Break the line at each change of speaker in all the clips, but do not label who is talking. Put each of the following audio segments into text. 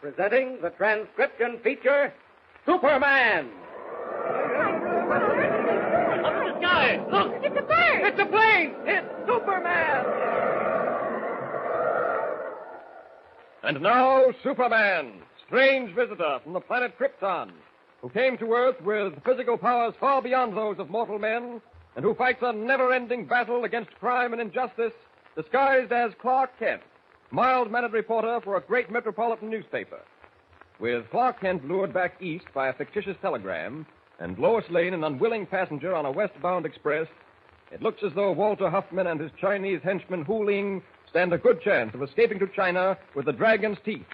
Presenting the transcription feature Superman! Up in the sky! Look! It's a plane! It's a plane! It's Superman!
And now, Superman, strange visitor from the planet Krypton, who came to Earth with physical powers far beyond those of mortal men, and who fights a never ending battle against crime and injustice, disguised as Clark Kent, mild mannered reporter for a great metropolitan newspaper. With Clark Kent lured back east by a fictitious telegram, and Lois Lane an unwilling passenger on a westbound express, it looks as though Walter Huffman and his Chinese henchman Hu Ling stand a good chance of escaping to China with the dragon's teeth.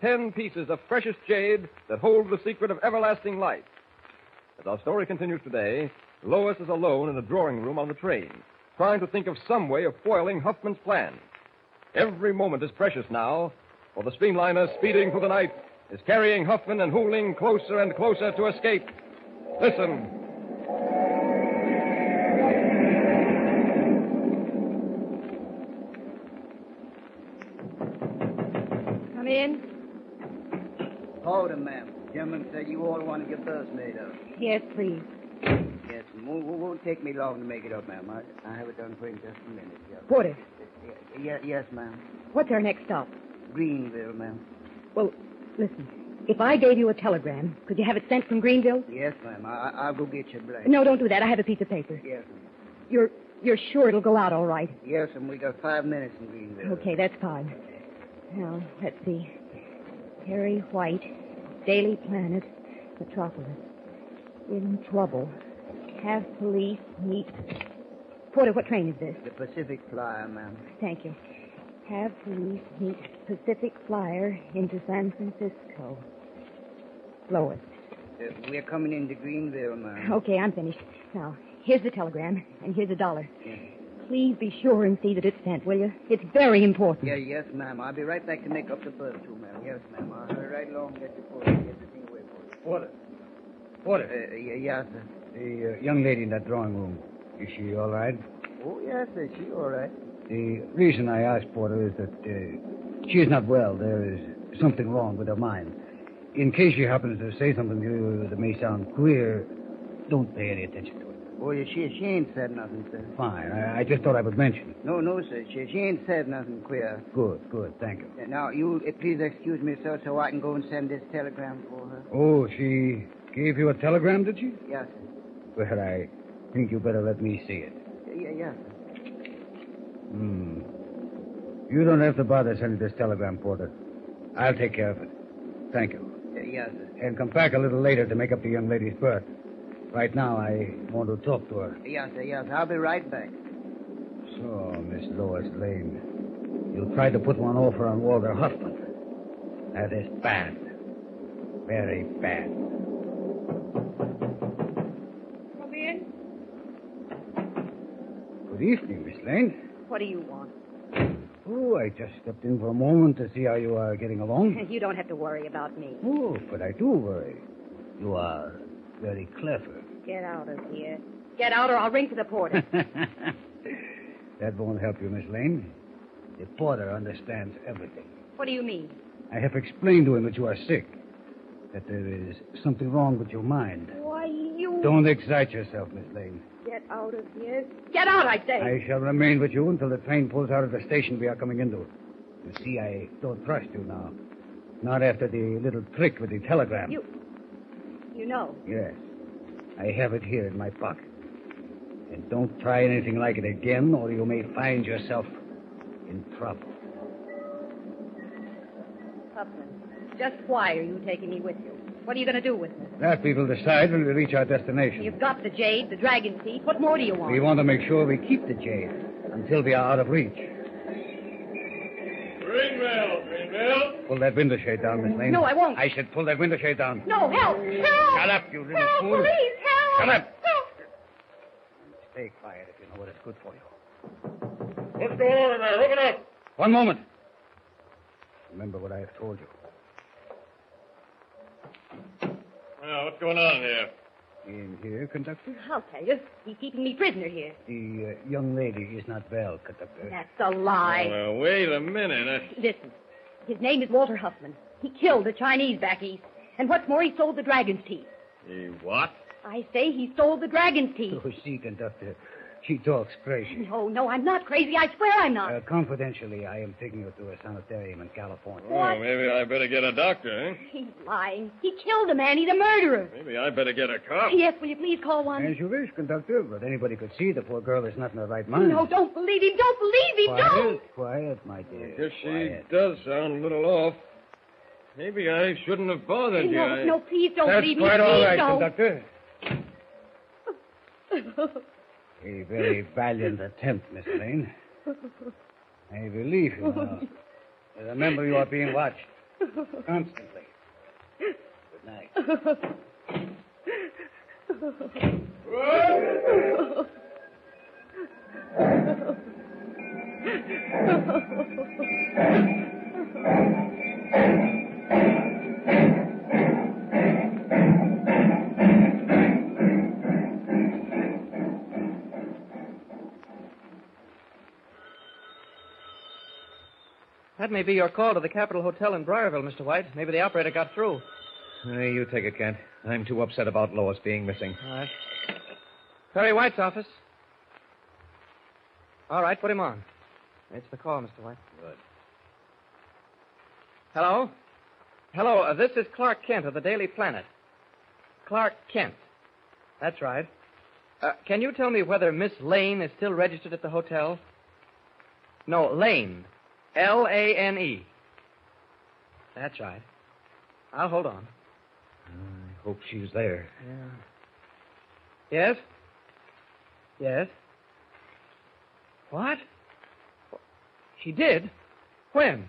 Ten pieces of freshest jade that hold the secret of everlasting life. As our story continues today, Lois is alone in the drawing room on the train, trying to think of some way of foiling Huffman's plan. Every moment is precious now, for the streamliner speeding through the night is carrying Huffman and Hu Ling closer and closer to escape. Listen.
Come in.
Hold him, ma'am. Gentleman said you all wanted your bills made up.
Yes, please.
Yes, it won't, won't take me long to make it up, ma'am. I, I have it done for you in just a minute. Yeah.
Porter,
Yes, yes, ma'am.
what's our next stop?
Greenville, ma'am.
Well, listen. If I gave you a telegram, could you have it sent from Greenville?
Yes, ma'am. I, I- I'll go get your blanket.
No, don't do that. I have a piece of paper.
Yes, ma'am.
You're you're sure it'll go out all right?
Yes, ma'am. We got five minutes in Greenville.
Okay, that's fine. Now, let's see. Harry White, Daily Planet, Metropolis. In trouble. Have police meet. Porter, what train is this?
The Pacific Flyer, ma'am.
Thank you. Have police meet Pacific Flyer into San Francisco. Lois.
Uh, we're coming into Greenville, ma'am.
Okay, I'm finished. Now, here's the telegram, and here's a dollar.
Yes.
Please be sure and see that it's sent, will you? It's very important.
Yeah, yes, ma'am. I'll be right back to make up the bill, too, ma'am. Yes, ma'am. I'll hurry right along and get the porter. Get the thing away for you.
Porter.
Uh,
Porter.
yeah, yes, sir.
The uh, young lady in that drawing room, is she all right?
Oh, yes, sir. She all right?
The reason I asked Porter is that uh, she is not well. There is something wrong with her mind. In case she happens to say something to you that may sound queer, don't pay any attention to it.
Oh, yeah, she, she ain't said nothing, sir.
Fine. I, I just thought I would mention.
No, no, sir. She, she ain't said nothing queer.
Good, good. Thank you.
Now, you uh, please excuse me, sir, so I can go and send this telegram for her.
Oh, she gave you a telegram, did she?
Yes, sir.
Well, I think you better let me see it.
Yeah, yes, sir.
Hmm. You don't have to bother sending this telegram, Porter. I'll take care of it. Thank you.
Yeah, yes, sir.
And come back a little later to make up the young lady's berth. Right now, I want to talk to her.
Yes, sir, yes. I'll be right back.
So, Miss Lois Lane, you tried to put one over on Walter Huffman. That is bad. Very bad.
Come in.
Good evening, Miss Lane.
What do you want?
Oh, I just stepped in for a moment to see how you are getting along.
You don't have to worry about me.
Oh, but I do worry. You are very clever.
Get out of here. Get out, or I'll ring for the porter.
that won't help you, Miss Lane. The porter understands everything.
what do you mean?
I have explained to him that you are sick, that there is something wrong with your mind.
Why, you.
Don't excite yourself, Miss Lane.
Get out of here. Get out, I say.
I shall remain with you until the train pulls out of the station we are coming into. You see, I don't trust you now. Not after the little trick with the telegram.
You. You know.
Yes. I have it here in my pocket. And don't try anything like it again, or you may find yourself in trouble.
Huffman, just why are you taking me with you? What are you going to do with me?
That we will decide when we reach our destination.
You've got the jade, the dragon teeth. What more do you want?
We want to make sure we keep the jade until we are out of reach.
Greenville, Greenville.
Pull that window shade down, Miss Lane.
No, I won't.
I said pull that window shade down.
No, help! Help!
Shut up, you little
help,
fool.
Please, help!
Shut up.
Help!
Stay quiet if you know what is good for you.
What's going on in there? Open up.
One moment. Remember what I have told you.
Now, what's going on here?
In here, conductor?
I'll tell you. He's keeping me prisoner here.
The uh, young lady is not well, conductor.
That's a lie.
Well, Uh, wait a minute.
uh,
I-
Listen, his name is Walter Huffman. He killed the Chinese back east. And what's more, he sold the dragon's teeth.
He what?
I say he sold the dragon's teeth.
Oh, she, conductor. She talks crazy.
No, no, I'm not crazy. I swear I'm not.
Uh, confidentially, I am taking her to a sanitarium in California.
What?
Oh, maybe I better get a doctor, eh?
He's lying. He killed a man. He's a murderer.
Maybe I better get a cop.
Yes, will you please call one?
As you wish, conductor, but anybody could see the poor girl is not in her right mind.
No, don't believe him. Don't believe him. Don't.
Quiet, quiet, my dear.
I guess she
quiet.
does sound a little off. Maybe I shouldn't have bothered you.
No,
I-
no, please don't
That's
believe
quite
me.
all
Please
right,
don't.
conductor. A very valiant attempt, Miss Lane. I believe you now. Remember, you are being watched constantly. Good night.
That may be your call to the Capitol Hotel in Briarville, Mr. White. Maybe the operator got through.
Hey, you take it, Kent. I'm too upset about Lois being missing.
All right. Perry White's office. All right, put him on. It's the call, Mr. White.
Good.
Hello? Hello, uh, this is Clark Kent of the Daily Planet. Clark Kent. That's right. Uh, can you tell me whether Miss Lane is still registered at the hotel? No, Lane. L A N E. That's right. I'll hold on.
I hope she's there.
Yeah. Yes? Yes? What? She did? When?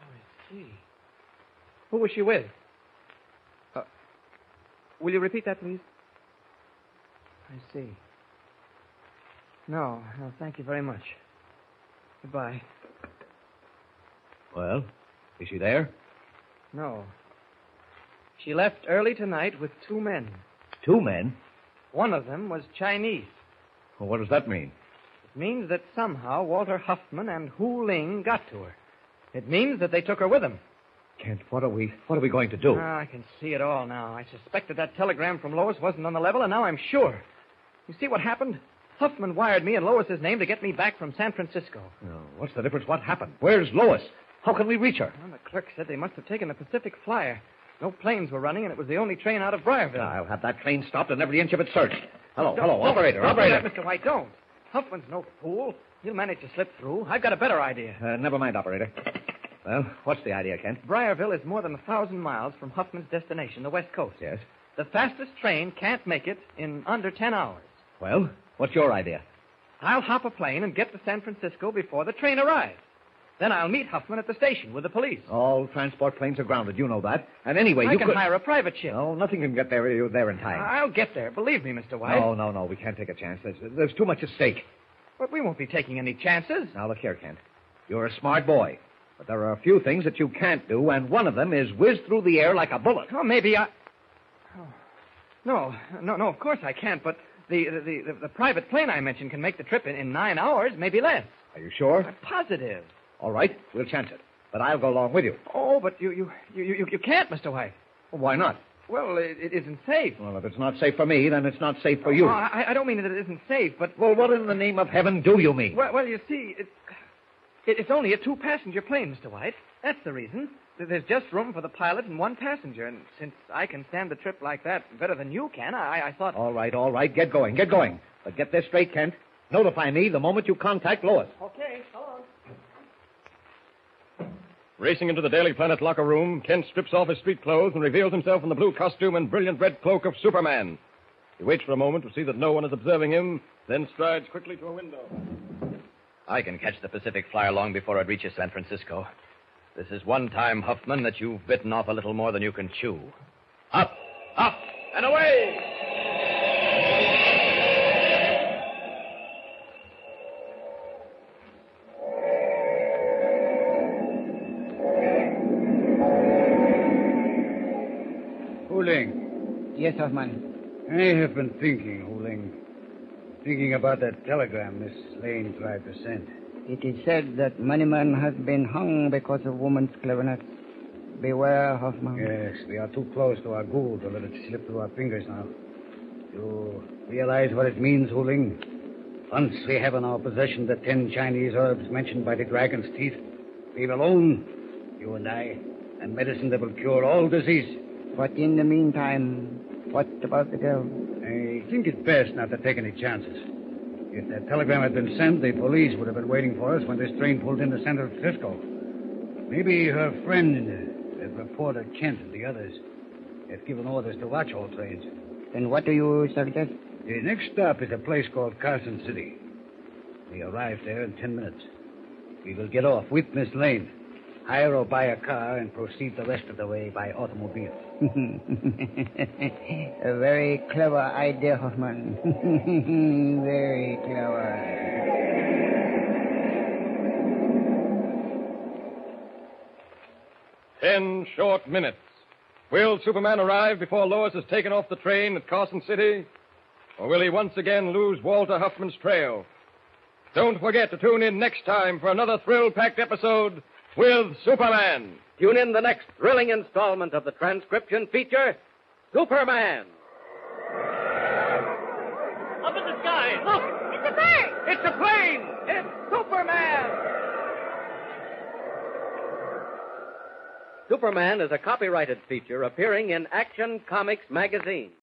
Oh, I see. Who was she with? Uh, will you repeat that, please? I see. No, no, thank you very much. Goodbye.
Well, is she there?
No. She left early tonight with two men.
Two men.
One of them was Chinese.
Well, what does that mean?
It means that somehow Walter Huffman and Hu Ling got to her. It means that they took her with them.
Kent, what are we? What are we going to do?
Uh,
Ah, I can see it all now. I suspected that telegram from Lois wasn't on the level, and now I'm sure. You see what happened? Huffman wired me in Lois's name to get me back from San Francisco.
Oh, what's the difference? What happened? Where's Lois? How can we reach her?
Well, the clerk said they must have taken the Pacific Flyer. No planes were running, and it was the only train out of Briarville.
I'll have that train stopped and every inch of it searched. Hello,
Mm. Don't-
Ah, hello,
don't-
operator,
don't do
operator.
that, Mr. White, don't. Huffman's no fool. He'll manage to slip through. I've got a better idea.
Uh, never mind, operator. Well, what's the idea, Kent?
Briarville is more than a thousand miles from Huffman's destination, the West Coast.
Yes.
The fastest train can't make it in under ten hours.
Well, Oh, what's your idea?
I'll hop a plane and get to San Francisco before the train arrives. Then I'll meet Huffman at the station with the police.
All transport planes are grounded. You know that. And anyway,
I
Oh, you
can
could. Oh.
hire a private ship.
No, nothing can get there. You're there in time.
I'll get there. Believe me, Mr. White.
No, no, no. We can't take a chance. There's, there's too much at stake.
But we won't be taking any chances.
Now look here, Kent. You're a smart boy, but there are a few things that you can't do, and one of them is whiz through the air like a bullet.
Oh, maybe I. Oh. No, no, no. Of course I can't. But the the, the the private plane I mentioned can make the trip in, in nine hours, maybe less.
Are you sure?
I'm positive.
All right, we'll chance it. But I'll go along with you.
Oh, but you you you you, you can't, Mr. White.
Why not?
Well, it, it isn't safe.
Well, if it's not safe for me, then it's not safe for you.
Oh, I, I don't mean that it isn't safe, but
Well, what in the name of heaven do you mean?
Well, well you see, it, it, it's only a two passenger plane, Mr. White. That's the reason. Th- There's just room for the pilot and one passenger, and since I can stand a trip like that better than you can, I, I thought.
All right, all right, get going, get going. But get this straight, Kent. Notify me the moment you contact Lois.
Okay, so long.
Racing into the Daily Planet locker room, Kent strips off his street clothes and reveals himself in the blue costume and brilliant red cloak of Superman. He waits for a moment to see that no one is observing him, then strides quickly to a window.
I can catch the Pacific Flyer long before it reaches San Francisco.
This is one time, Huffman, that you've bitten off a little more than you can chew. Up, up, and away!
Huling,
Yes, Hoffman.
I have been thinking, Huling. Thinking about that telegram Miss Lane tried to send.
It is said that many men have been hung because of woman's cleverness. Beware, Hoffman.
Yes, we are too close to our goal to let it slip through our fingers now. You realize what it means, Huling? Once we have in our possession the ten Chinese herbs mentioned by the dragon's teeth, leave alone, you and I, and medicine that will cure all disease.
But in the meantime, what about the girl?
I think it's best not to take any chances. If that telegram had been sent, the police would have been waiting for us when this train pulled into San Francisco. Maybe her friend, that reporter Kent, and the others have given orders to watch all trains.
Then what do you suggest?
The next stop is a place called Carson City. We arrive there in ten minutes. We will get off with Miss Lane, hire or buy a car, and proceed the rest of the way by automobile.
a very clever idea, Hoffman. very clever.
Ten short minutes. Will Superman arrive before Lois is taken off the train at Carson City? Or will he once again lose Walter Huffman's trail? Don't forget to tune in next time for another thrill packed episode with Superman.
Tune in the next thrilling installment of the transcription feature, Superman.
Up in the sky! Look! It's a bird! It's a plane! It's Superman!
Superman is a copyrighted feature appearing in Action Comics magazine.